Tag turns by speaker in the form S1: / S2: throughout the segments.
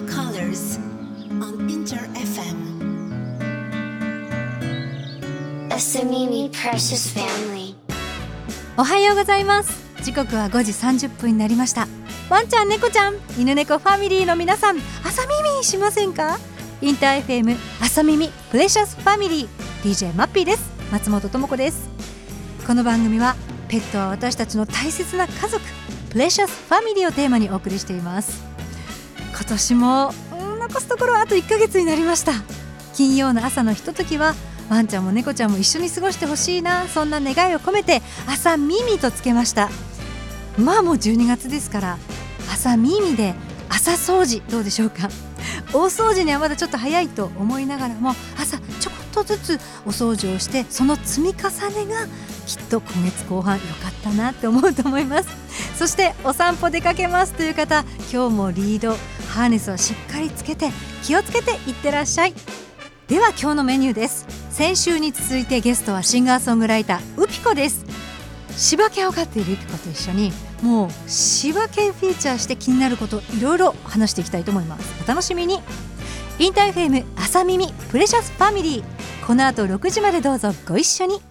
S1: Matters on Inter FM.
S2: A Samimi E, Precious Family.
S3: おはようございます時刻は5時30分になりましたワンちゃん猫ちゃん犬猫ファミリーの皆さん朝耳しませんかインター FM 朝耳プレシャスファミリー DJ マッピーです松本智子ですこの番組はペットは私たちの大切な家族プレシャスファミリーをテーマにお送りしています今年もうん残すところあと1ヶ月になりました金曜の朝のひとときはワンちゃんも猫ちゃんも一緒に過ごしてほしいなそんな願いを込めて朝耳とつけましたまあもう12月ですから朝耳で朝掃除どうでしょうか大掃除にはまだちょっと早いと思いながらも朝ちょこっとずつお掃除をしてその積み重ねがきっと今月後半良かったなって思うと思いますそしてお散歩出かけますという方今日もリードハーネスをしっかりつけて気をつけていってらっしゃいでは今日のメニューです先週に続いてゲストはシンガーソングライターうぴこです柴犬を飼っているうぴこと一緒にもう柴犬フィーチャーして気になることいろいろ話していきたいと思いますお楽しみにインターフェム朝耳プレシャスファミリーこの後6時までどうぞご一緒に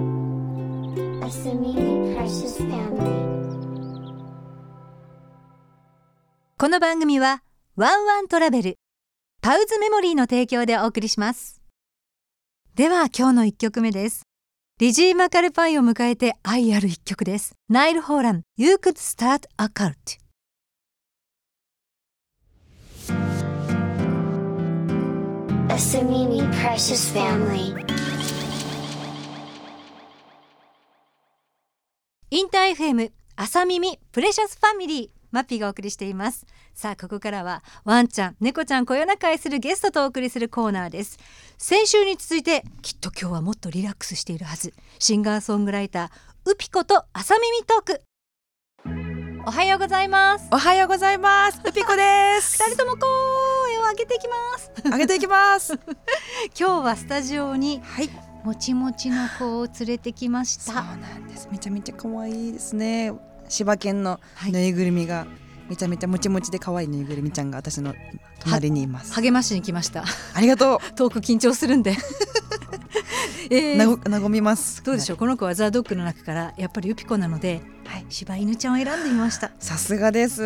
S2: A Samimi E, Precious Family.
S3: この番組はワンワントラベルパウズメモリーの提供でお送りしますでは今日の1曲目ですリジー・マカルパイを迎えて愛ある1曲ですナイル・ホーラン You could start a cult
S2: A Samimi E, Precious Family.
S3: インター FM 朝耳プレシャスファミリーマッピーがお送りしていますさあここからはワンちゃん猫ちゃんこよなく愛するゲストとお送りするコーナーです先週に続いてきっと今日はもっとリラックスしているはずシンガーソングライターうぴこと朝耳トークおはようございます
S4: おはようございます。ルピコ です。
S3: 二人とも声を上げていきます
S4: 上げていきます。
S3: 今日はスタジオに
S4: はい。
S3: もちもちの子を連れてきまし
S4: そう
S3: た
S4: なんです。めちゃめちゃ可愛いですね。柴犬の
S3: はい
S4: ぬいぐるみがめちゃめちゃもちもちで可愛いぬいぐるみちゃんが私の隣にいます。
S3: 励ましに来ました
S4: ありがと
S3: トーク緊張するん で、え
S4: う。
S3: ー
S4: なご和みます。
S3: どうでしょう、この子はザ・ドッグの中からやっぱりユピコなので、
S4: はい
S3: 柴犬ちゃんを選んでみました
S4: さすがです。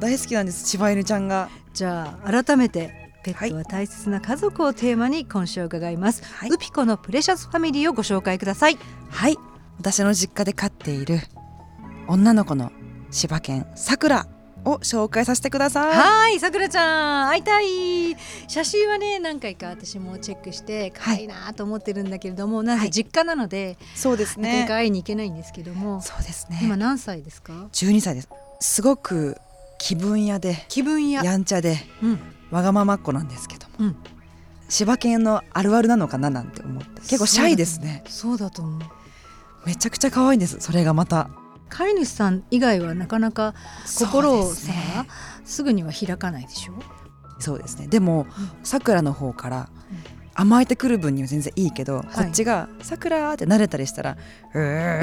S4: 大好きなんです。柴犬ちゃんが。
S3: じゃあ改めてペットは大切な家族をテーマに今週伺います、
S4: はい
S3: ウピコのプレシャスファミリーをご紹介ください
S4: はい。私の実家で飼っている女の子の柴犬さくらを紹介させてください。
S3: はいさくらちゃん会いたい写真はね何回か私もチェックして可愛いなと思ってるんだけれども、なんせ実家なので、
S4: そうです
S3: なかなか
S4: ね。
S3: 会いに行けないんですけども、
S4: そうですね。
S3: 今何歳ですか
S4: 12歳ですすごく気分屋で
S3: 気分や
S4: やんちゃで
S3: うん
S4: わがままっ子なんですけども、
S3: うん
S4: 柴犬のあるあるなのかななんて思って結構シャイですね
S3: そうだと思う
S4: めちゃくちゃ可愛いんですそれがまた
S3: 飼い主さん以外はなかなか心を
S4: そうです
S3: さ
S4: ね
S3: すぐには開かないで しょ
S4: そうですねでもさくらの方から甘えてくる分には全然いいけど、こっちが「さくら」って慣れたりしたら「うーん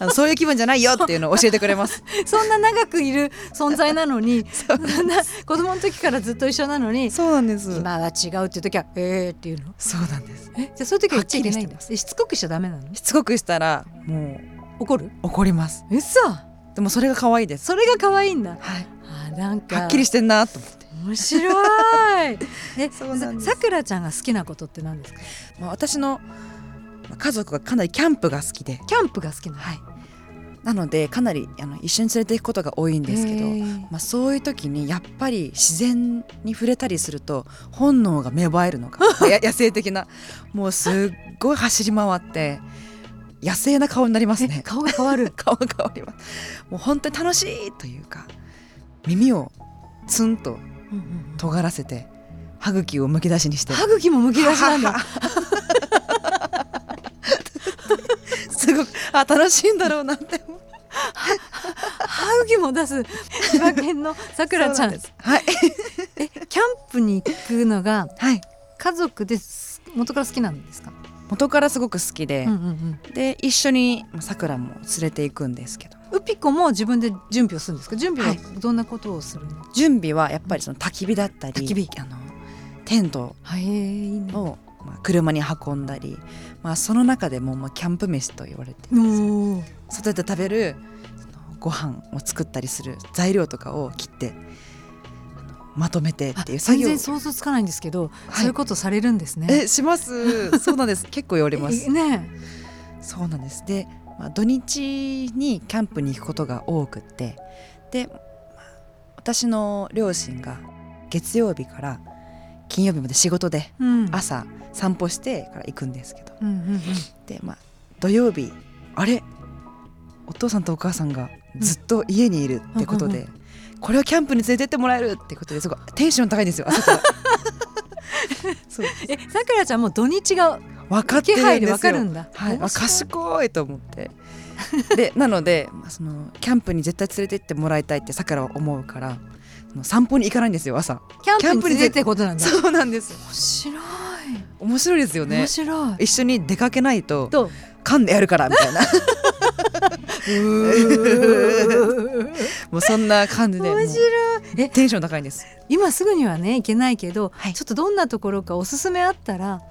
S4: あのそういう気分じゃないよ」っていうのを教えてくれます。
S3: そんな長くいる存在なのに そんな子供の時からずっと一緒なのに
S4: そうなんです
S3: 今は違うっていう時は「えー」っていうの
S4: そうなんです
S3: えじゃあそういう時は言っちゃいけないん
S4: は
S3: だ
S4: っき
S3: えしつこくしちゃダメなの
S4: しつこくしたらも
S3: 怒る
S4: う怒ります
S3: うそ
S4: でもそれが可愛いです
S3: それが可愛いんだ
S4: はい
S3: あーなんか
S4: はっきりしてんなと思って。
S3: 面白い え
S4: そうなんです
S3: ささくらちゃんが好きなことって何ですか
S4: まあ、私のまあ家族がかなりキャンプが好きで、
S3: キャンプが好きなの
S4: はい、なのでかなりあの一緒に連れていくことが多いんですけど
S3: へ、ー
S4: まあ、そういう時にやっぱり自然に触れたりすると本能が芽生える のかや野生的なもうすっごい走り回って野生な顔になります
S3: え
S4: ね
S3: 顔が変わる
S4: 顔が変わりますもう本当に楽しいというか耳をツンと
S3: うんうんうん
S4: 尖らせて歯茎をむき出しにして
S3: 歯茎もむき出しなんだ
S4: すごくあ楽しいんだろうなって思う
S3: 歯茎も出す千葉県のさくらちゃん
S4: そうなですはい
S3: えキャンプに行くのが
S4: はい
S3: 家族です元から好きなんですか
S4: も元からすごく好きで、
S3: うんうんうん
S4: で一緒にまあさくらも連れていくんですけど
S3: ウピコも自分で準備をするんですか準備は
S4: は
S3: どんなことをするの、
S4: 準備はやっぱりその焚き火だったり
S3: 焚き火
S4: あのテント
S3: はい、いいね
S4: を、まあ、車に運んだり、まあ、その中でも、まあ、キャンプ飯と言われてるんですよ
S3: おー
S4: 外で食べるそのご飯を作ったりする材料とかを切ってあのまとめてっていう
S3: あ
S4: 作
S3: 全
S4: 業
S3: 然想像つかないんですけど、
S4: はい
S3: そういうことされるんですね。
S4: えします そうなんです結構言われま
S3: え
S4: す
S3: ね
S4: そうなんですで、まあ、土日にキャンプに行くことが多くってで、まあ私の両親が月曜日から金曜日まで仕事で
S3: え、うん、
S4: 朝散歩してから行くんですけど
S3: うんうんうん、
S4: でまあ土曜日あれお父さんとお母さんがずっと家にいるってことで、
S3: うん
S4: これをキャンプに連れてってもらえるってことですごいテンション高いんですよ朝からそう
S3: えさくらちゃんもう土日が
S4: 分かって
S3: 気
S4: る
S3: 配
S4: ん
S3: で
S4: で
S3: わ
S4: す
S3: か
S4: よ
S3: るんだ。
S4: はい、
S3: 面
S4: あ
S3: 白
S4: 賢いと思って でなので、まあ、そのキャンプに絶対連れてってもらいたいってさくらは思うからその散歩に行かないんですよ朝
S3: キャンプに連れてってことなんだ。
S4: そうなんです
S3: 面白い、
S4: 面白いですよね
S3: 面白い。
S4: 一緒に出かけないと
S3: と
S4: 噛んでやるからみたいな もうそんな感じでもう
S3: 面白い。え
S4: テンション高いんです
S3: 今すぐにはね行けないけど、
S4: はい
S3: ちょっとどんなところかおすすめあったら、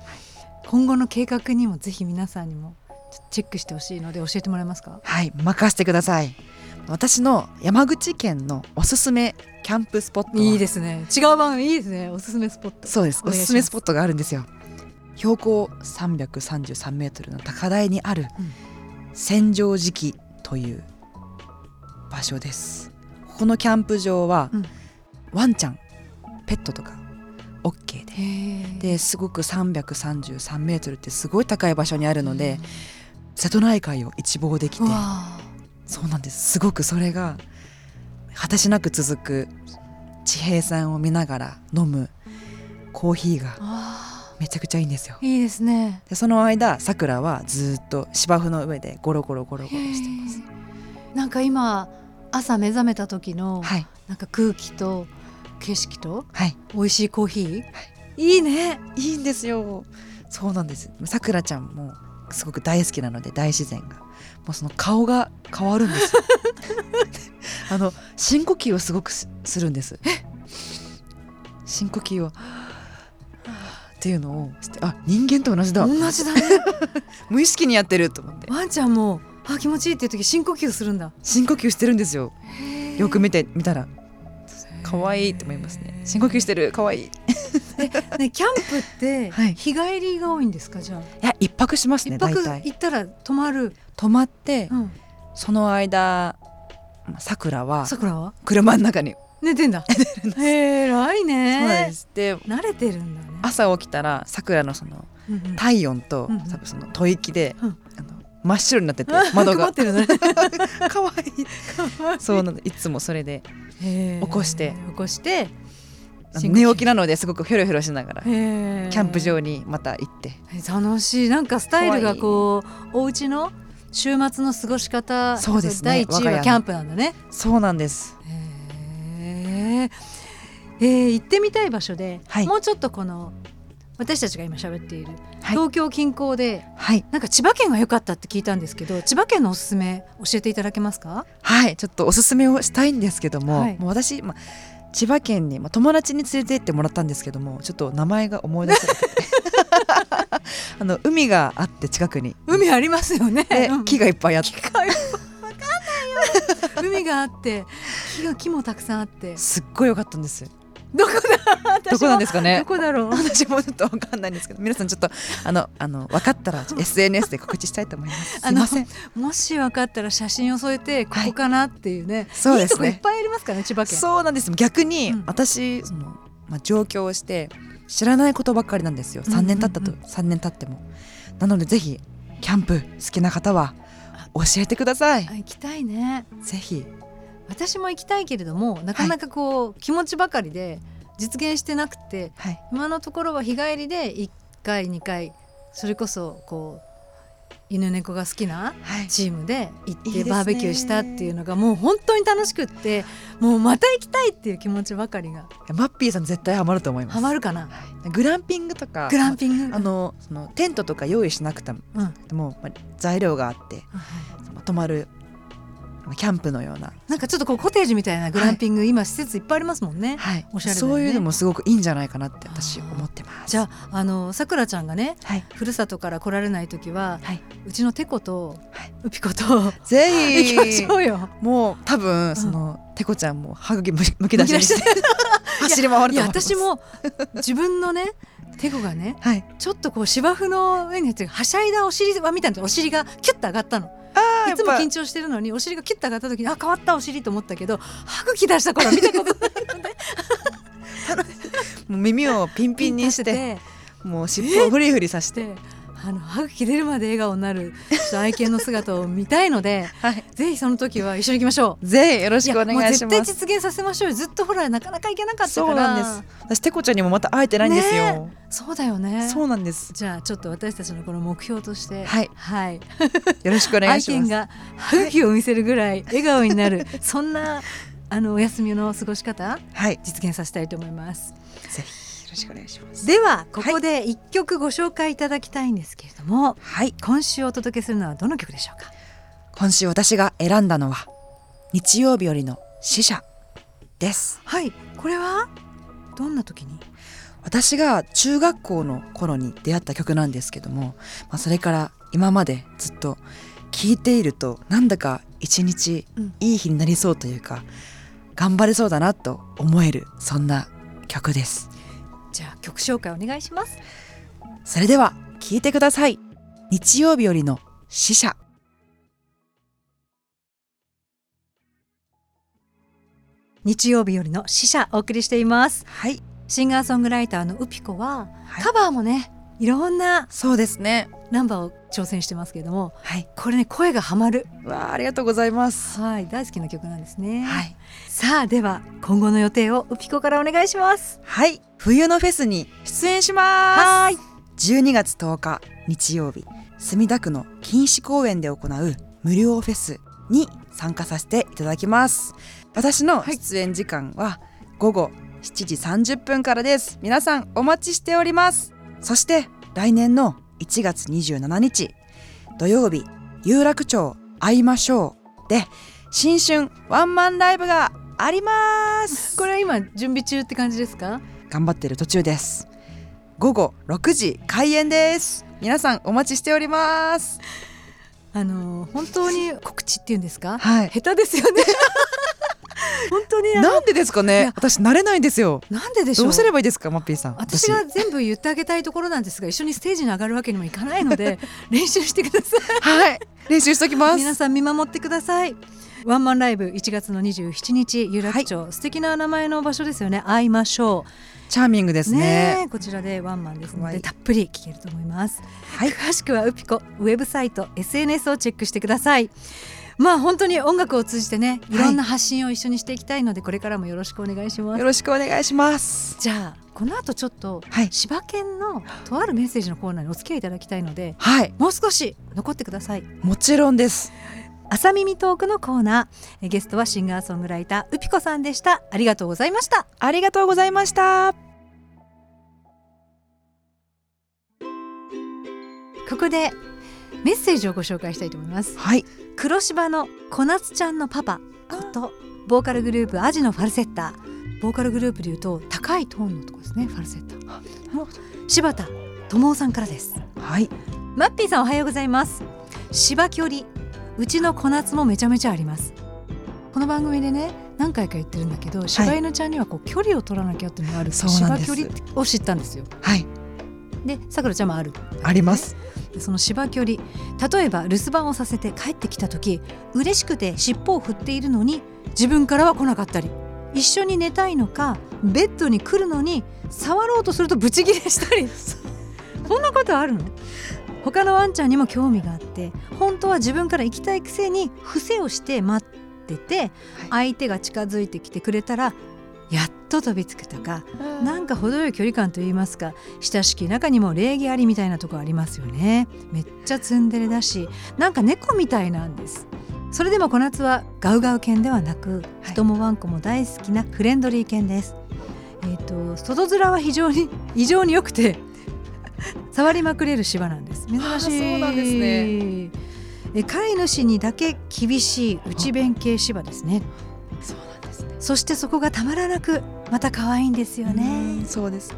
S3: 今後の計画にもぜひ皆さんにもちょっとチェックしてほしいので教えてもらえますか。
S4: はい任せてください私の山口県のおすすめキャンプスポットはい
S3: いですね。違う番組いいですね。おすすめスポット。
S4: そうです
S3: お
S4: お
S3: 願いします
S4: すすめスポットがあるんですよ標高333メートルの高台にある
S3: うん
S4: 千畳敷という場所ですここのキャンプ場は、
S3: うん
S4: ワンちゃんペットとか OK で
S3: へ
S4: ですごく333メートルってすごい高い場所にあ
S3: え
S4: るので、、瀬戸内海を一望できて
S3: うんうわ
S4: そうなんですすごくそれが果てしなく続く地平線を見ながら飲むコーヒーが
S3: ああ
S4: めちゃくちゃいいんですよ
S3: あいいですね。
S4: でその間さくらはずっと芝生の上でゴロゴロゴロゴロしてます
S3: へえなんか今朝目覚めた時の、
S4: はい
S3: なんか空気と景色と
S4: はい
S3: 美味しいコーヒー、い、いね。
S4: いいんですよそうなんですさくらちゃんもすごく大好きなので大自然がもうその顔が変わるん ですよあの深呼吸をすごくすするんです深呼吸をはぁはぁっていうのをしてあ人間と同じだ
S3: 同じだね。
S4: 無意識にやってると思って
S3: ワンちゃんもあ気持ちいいっていう時深呼吸するんだ。
S4: 深呼吸してるんですよよく見てみたら可愛いって
S3: と
S4: 思いますね深呼吸してる可愛いい
S3: ねキャンプって
S4: はい
S3: 日帰りが多いんですかじゃあ
S4: や一泊します
S3: 一
S4: ね
S3: 泊
S4: 大
S3: 行
S4: 体
S3: ったら泊まる。
S4: 泊まって
S3: うん。
S4: その間まあさくらは
S3: さくらは
S4: 車の中に
S3: 寝てん だ。えらい
S4: そうなんで
S3: ね。
S4: すで
S3: 慣れてるんだね。
S4: 朝起きたらさくらのその
S3: うんうん
S4: 体温と
S3: うんうん
S4: 多分その吐息で、
S3: うん
S4: あの真っ白になってて窓
S3: 曇
S4: が
S3: ってるね。
S4: 可愛いそうなんですいつもそれで
S3: へー
S4: 起こして
S3: 起こして
S4: あの寝起きなのですごくひょろひょろしながら
S3: キ
S4: キ
S3: ャ
S4: ャンプ場にまた行って
S3: 楽しいなんかスタイルがこうお家の週末の過ごし方
S4: そうですね
S3: 第一位
S4: 我が家
S3: は
S4: の
S3: キャンプなんだね
S4: そうなんです
S3: へーえー行ってみたい場所で、
S4: はい
S3: もうちょっとこの私たちが今喋っている、
S4: はい
S3: 東京近郊で
S4: はい
S3: なんか千葉県が良かったって聞いたんですけど千葉県のおすすめ教えていただけますか
S4: はいちょっとおすすめをしたいんですけども,、
S3: はい
S4: もう私、まあ、千葉県に、まあ、友達に連れて行ってもらったんですけどもちょっと名前が思い出せなく てあの海があって近くに
S3: 海ありますよね
S4: で
S3: うん
S4: 木がいっぱいあって
S3: 海があって木が木もたくさんあって
S4: すっごい良かったんです
S3: どこだ私も
S4: どこなんですかね
S3: どこだろう
S4: 私もちょっと分かんないんですけど皆さんちょっとあのあの分かったら SNS で告知したいと思いますす
S3: あ
S4: い
S3: の
S4: ません
S3: もし分かったら写真を添えてこ
S4: はい
S3: こかなっていうね、
S4: そう
S3: いい
S4: で
S3: と
S4: す
S3: こい
S4: ね
S3: っぱいありますからね千葉県
S4: そうなんです逆に、
S3: うん
S4: 私その、まあ、上京して知らないことばっかりなんですよ3年経ったと、
S3: うん
S4: 3年経ってもなのでぜひキャンプ好きな方は教えてください
S3: あ行きたいね
S4: ぜひ
S3: 私も行きたいけれどもなかなかこう、気持ちばかりで実現してなくて
S4: はい
S3: 今のところは日帰りで1回2回それこそこう犬猫が好きな
S4: はい
S3: チームで行って
S4: いいですね
S3: バーベキューしたっていうのがもう本当に楽しくってもうまた行きたいっていう気持ちばかりが
S4: マッピーさん絶対ハマると思います
S3: ハマるかな
S4: グランピングとか
S3: グランピング
S4: あのそのテントとか用意しなくても
S3: うんはい
S4: もうまあ材料があってまあ泊まるまあキャンプのような、
S3: なんかちょっとこうコテージみたいなグランピング、今施設いっぱいありますもんね、
S4: はい
S3: おしゃれだよね
S4: そういうのもすごくいいんじゃないかなって私思ってます
S3: じゃああのさくらちゃんがね
S4: はい
S3: ふるさとから来られない時は、
S4: はいう
S3: ちのテコと、
S4: はい
S3: ウピコと
S4: ぜひ
S3: 行きましょうよ
S4: もう多分その、てこちゃんも歯茎むむき出しにして 走り回る
S3: い
S4: と
S3: や
S4: 思います
S3: 私も自分のねテコがね
S4: はい
S3: ちょっとこう芝生の上にやってはしゃいだお尻はみたいなお尻がキュッと上がったの
S4: あー
S3: いつも
S4: やっぱ
S3: 緊張してるのにお尻がキュッと上がった時にあ変わったお尻と思ったけど歯茎出した頃は見たことない
S4: もう耳をピンピン にして
S3: て
S4: もう尻尾をフリフリさせて
S3: であの歯茎出るまで笑顔になるちょっと愛犬の姿を見たいの で
S4: はい
S3: ぜひその時は一緒に行きましょう。
S4: ぜひよろしくお
S3: もう
S4: 願いし
S3: 絶対
S4: ます
S3: 実現させましょうよずっとほらなかなか行けなかったから
S4: そうなんです私てこちゃんにもまた会えてないんですよ、
S3: すそうだよね
S4: そうなんです
S3: じゃあちょっと私たちのこの目標として
S4: はい
S3: はい
S4: よろしくお願い
S3: 愛
S4: し
S3: 犬
S4: ます
S3: が歯茎を見せるぐらい笑顔になるそんなあのお休みの過ごし方
S4: はい
S3: 実現させたいと思います
S4: ぜひよろしくお願いします
S3: ではここで一曲ご紹介いただきたいんですけれども、
S4: はい
S3: 今週お届けするのはどの曲でしょうか
S4: 今週私が選んだのは日曜日よりの死者です
S3: はいこれはどんな時に
S4: 私が中学校の頃に出会った曲なんですけども、まあ、それから今までずっと聴いているとなんだか一日
S3: うん
S4: いい日になりそうというか、頑張れそうだなと思えるそんな曲です
S3: じゃあ曲紹介お願いします
S4: それでは聴いてください日曜日よりの死者
S3: 日曜日よりの死者お送りしています
S4: はい
S3: シンガーソングライターのウピコは、
S4: はい
S3: カバーもねいろんな
S4: そうですね
S3: ナンバーを挑戦してますけれども
S4: はい
S3: これね声がハマる
S4: わあありがとうございます
S3: はい大好きな曲なんですね、
S4: はい
S3: さあでは今後の予定をウピコからお願いします
S4: はい冬のフェスに出演します
S3: はい
S4: 12月10日日曜日墨田区の錦糸公園で行う無料フェスに参加させていただきます私の出演時間は午後7時30分からです皆さんお待ちしておりますそして来年の1月27日土曜日有楽町会いましょうで新春ワンマンライブがあります
S3: これは今準備中って感じですか
S4: 頑張ってる途中です午後6時開演です皆さんお待ちしております
S3: あのー本当に告知っていうんですか
S4: はい
S3: 下手ですよね 本当にあの
S4: なんでですか
S3: い
S4: ね
S3: や
S4: 私慣れないんですよ
S3: なんででしょう
S4: どうすればいいですかマッピーさん
S3: 私が全部言ってあげたいところなんですが一緒にステージに上がるわけにもいかないの で練習してください
S4: 私はい練習しときま
S3: 皆
S4: す
S3: さん見守ってくださいワンマンライブ1月の27日有楽町、素敵な名前の場所ですよね会いましょう
S4: チャーミングですね
S3: えこちらでワンマンですの
S4: は
S3: で
S4: い
S3: たっぷり聞けると思います、
S4: はい
S3: 詳しくはウピコウェブサイト SNS をチェックしてくださいまあ本当に音楽を通じてねいろんな発信を一緒にしていきたいので、これからもよろしくお願いします
S4: よろしくお願いします
S3: じゃあこの後ちょっと、
S4: はい
S3: 柴犬のとあるメッセージのコーナーにお付き合いいただきたいので
S4: はい
S3: もう少し残ってください
S4: もちろんです
S3: 朝耳トークのコーナーえゲストはシンガーソングライターウピコさんでしたありがとうございました
S4: ありがとうございました
S3: ここでメッセージをご紹介したいと思います
S4: はい
S3: 黒芝の小夏ちゃんのパパことボーカルグループアジのファルセッターボーカルグループでいうと高いトーンのとこですねファルセッターの柴田智夫さんからです
S4: はい
S3: マッピーさんおはようございます芝距離うちの小夏もめちゃめちゃありますこの番組でね何回か言ってるんだけど柴犬ちゃんにはこう距離を取らなきゃっていうのがある
S4: そうなんです
S3: 芝距離を知ったんですよ
S4: はい
S3: でさくらちゃんもある
S4: あります
S3: でその芝距離例えば留守番をさせて帰ってきた時嬉しくて尻尾を振っているのに自分からは来なかったり一緒に寝たいのかベッドに来るのに触ろうとするとブチギレしたり こんなことあるの他のワンちゃんにも興味があって本当は自分から行きたいくせに伏せをして待ってて相手が近づいてきてくれたら「やっと飛びつくとかなんか程よい距離感といいますか親しき中にも礼儀ありみたいなとこありますよねめっちゃツンデレだしなんか猫みたいなんですそれでも小夏はガウガウ犬ではなく、人もワンコも大好きなフレンドリー犬ですえっ、と外面は非常に異常に良くて触りまくれる芝なんです珍
S4: あー
S3: しい
S4: そうなんですね
S3: え飼い主にだけ厳しい内弁慶芝ですね
S4: そうなんですね。
S3: そしてそこがたまらなくまた可愛いんですよね。
S4: そうです。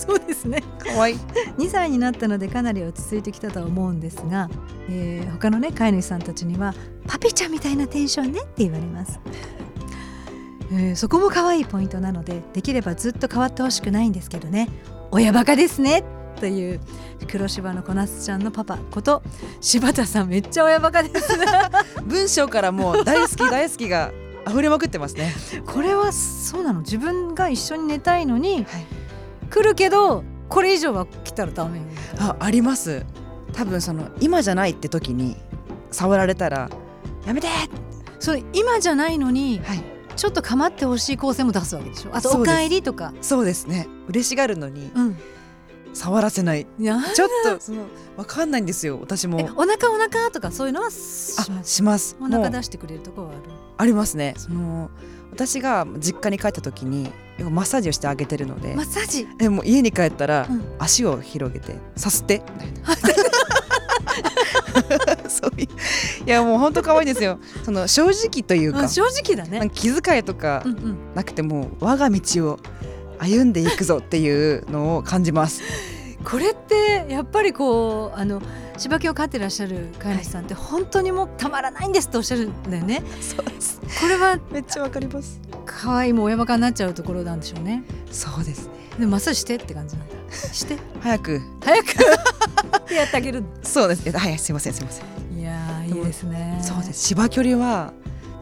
S3: そうですね。
S4: 可愛い。
S3: 2歳になったのでかなり落ち着いてきたとは思うんですが、えー他のね飼い主さんたちにはパピちゃんみたいなテンションねって言われます。えーそこも可愛いポイントなのでできればずっと変わってほしくないんですけどね親バカですねという黒柴のこなすちゃんのパパこと柴田さんめっちゃ親バカです
S4: 文章からもう大好き大好きが溢れまくってますね。
S3: これはそうなの自分が一緒に寝たいのに、
S4: はい
S3: 来るけどこれ以上は来たらダメよ
S4: あ、あります。多分その今じゃないって時に触られたらやめて。
S3: それ今じゃないのに
S4: はい。
S3: ちょっと構ってほしい構成も出すわけでしょあと
S4: そ
S3: お
S4: うです
S3: かえりとか
S4: そうですね。嬉しがるのに
S3: うん
S4: 触らせない。
S3: いや
S4: ちょっとそのわかんないんですよ。私
S3: え
S4: も。
S3: お腹お腹とかそういうのはし
S4: あ
S3: ます
S4: します。
S3: お
S4: もう
S3: 腹出してくれるとこはある
S4: ありますね。その私が実家に帰った時によくマッサージをしてあげてるので、
S3: マッサージ
S4: えもう家に帰ったら、
S3: うん
S4: 足を広げてさす ってみたいなそういういやもう本当可愛いですよ。その正直という
S3: う
S4: か
S3: ん、正直だ
S4: なん
S3: ね
S4: か気遣いとか
S3: うんうん
S4: なくても我が道を歩んでいくぞっていうのを感じます。
S3: これってやっぱりこうあの柴犬を飼ってらっしゃる飼い主さんって本当にもうたまらないんですとおっしゃるんだよ ね
S4: そうです。
S3: これは
S4: めっちゃわかります。
S3: 可愛いも親バカになっちゃうところなんでしょうね
S4: そうですね。
S3: でもマッサージしてって感じなんだして
S4: 早く
S3: 早く やってあげる
S4: そうです。えはいすいませんすいません。
S3: いやー
S4: でも
S3: いいですね
S4: そうです。芝距離は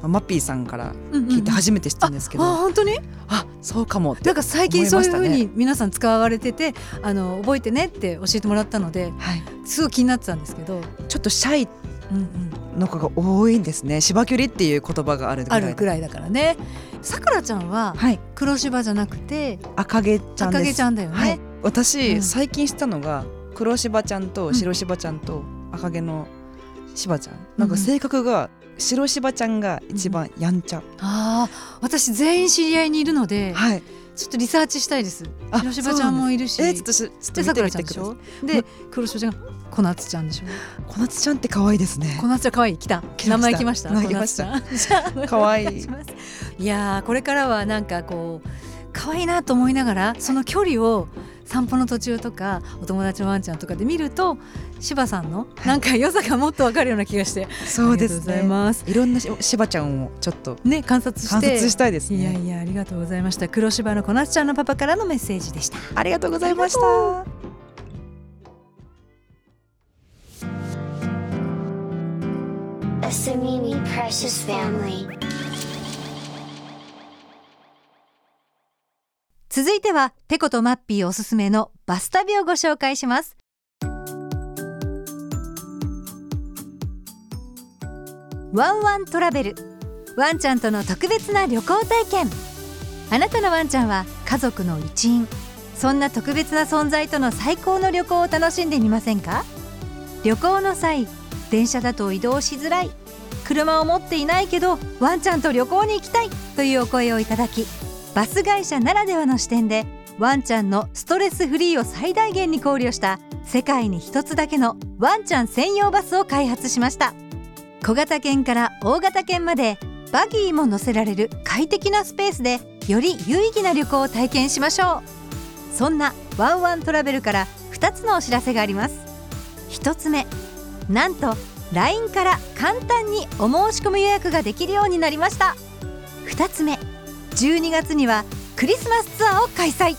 S4: まあマッピーさんから聞い
S3: め
S4: て初めて知ったんですけど、
S3: ああ本当に
S4: あそうかもって。
S3: なんか最近そういうふ
S4: 思
S3: う
S4: いまし
S3: に皆さん使われてて、あの覚えてねって教えてもらったので
S4: はい。
S3: すごい気になってたんですけど、
S4: ちょっとシャイ
S3: うんうん、
S4: の子が多いんですね芝距離っていう言葉があるぐら
S3: あ
S4: いで
S3: るくらいだからねさくらちゃんは
S4: はい
S3: 黒芝じゃなくて
S4: 赤毛ちゃん
S3: 赤
S4: で
S3: 毛
S4: す
S3: ちゃんだよね、
S4: はい私、
S3: うん
S4: 最近知ったのが黒芝ちゃん
S3: う
S4: と
S3: ん
S4: 白芝ちゃんと赤毛の芝ちゃん、なんか性格が白芝ちゃんが一番やんちゃ、
S3: ああ私全員知り合いにいるので、
S4: はい
S3: ちょっとリサーチしたいです
S4: あ
S3: 黒芝ちゃんもいるし
S4: そうなんですえちょっとしちょっと
S3: で
S4: 見
S3: さ
S4: て
S3: くら
S4: み
S3: ちゃ
S4: て
S3: ん
S4: く
S3: で
S4: だ
S3: し
S4: さい
S3: ょで黒芝ちゃんが小夏ちゃんでしょ
S4: 小夏ちゃんって可愛いですね
S3: 小夏ちゃん可愛い来た
S4: 来ました
S3: 名前来ました
S4: 名前来ました
S3: 小夏 ちゃんじゃあ
S4: 可愛い
S3: お願しますいやーこれからはなんかこう可愛いなと思いながらその距離を散歩の途中とかお友達のワンちゃんとかで見ると柴さんのなんか良さがもっとわかるような気がして
S4: そうで
S3: あり
S4: す
S3: がとうござ
S4: ね
S3: います
S4: いろんなし芝ちゃんをちょっと
S3: ね観察して
S4: 観察したいですね
S3: いやいやありがとうございました黒柴の小夏ちゃんのパパからのメッセージでした
S4: ありがとうございました
S2: A Samimi E, Precious Family.
S3: 続いてはペコとマッピーおすすめのバス旅をご紹介しますワンワントラベルワンちゃんとの特別な旅行体験あなたのワンちゃんは家族の一員そんな特別な存在との最高の旅行を楽しんでみませんか旅行の際電車だと移動しづらい車を持っていないけどワンちゃんと旅行に行きたいというお声をいただきバス会社ならではの視点でワンちゃんのストレスフリーを最大限に考慮した世界に一つだけのワンちゃん専用バスを開発しました小型犬から大型犬までバギーも乗せられる快適なスペースでより有意義な旅行を体験しましょうそんなワンワントラベルから2つのお知らせがあります1つ目なんと LINE から簡単にお申し込み予約ができるようになりました2つ目12月にはクリスマスツアーを開催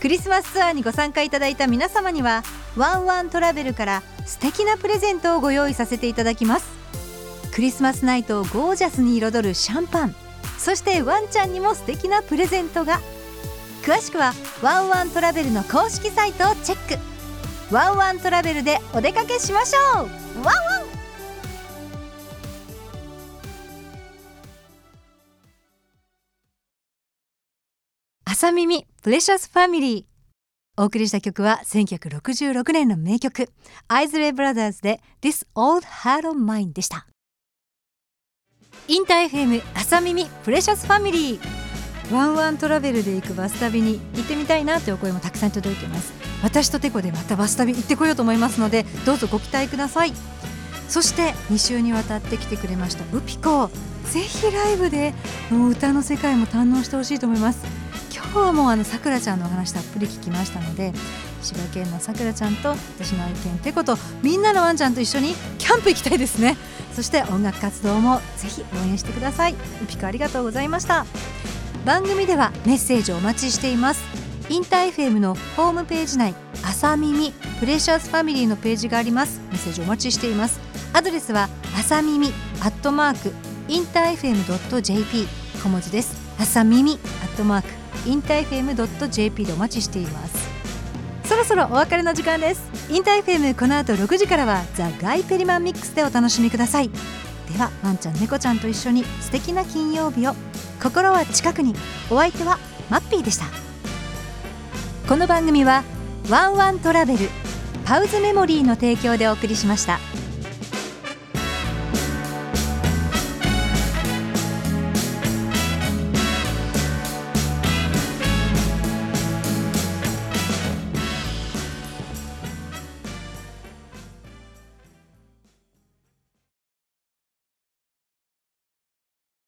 S3: クリスマスツアーにご参加いただいた皆様にはワンワントラベルから素敵なプレゼントをご用意させていただきますクリスマスナイトをゴージャスに彩るシャンパンそしてワンちゃんにも素敵なプレゼントが詳しくはワンワントラベルの公式サイトをチェックワンワントラベルでお出かけしましょうワンワン朝耳プレシャスファミリーお送りした曲は1966年の名曲アイズレイブラザーズで This Old Heart of Mine でしたインター FM 朝耳プレシャスファミリーワンワントラベルで行くバス旅に行ってみたいなというお声もたくさん届いています私とテコでまたバス旅行ってこようと思いますのでどうぞご期待くださいそして2週にわたって来てくれましたウピコぜひライブでもう歌の世界も堪能してほしいと思います今日はもうあのさくらちゃんのお話たっぷり聞きましたので千葉県のさくらちゃんと私の愛犬てことみんなのワンちゃんと一緒にキャンプ行きたいですね そして音楽活動もぜひ応援してくださいウピコありがとうございました番組ではメッセージをお待ちしていますインター FM のホームページ内朝耳プレシャスファミリーのページがありますメッセージお待ちしていますアドレスは朝耳アットマークインター FM.jp 小文字です朝耳アットマークインター FM.jp でお待ちしていますそろそろお別れの時間ですインター FM この後6時からはザ・ガイ・ペリマンミックスでお楽しみくださいではワンちゃん猫ちゃんと一緒に素敵な金曜日を心は近くにお相手はマッピーでしたこの番組はワンワントラベルパウズメモリーの提供でお送りしました。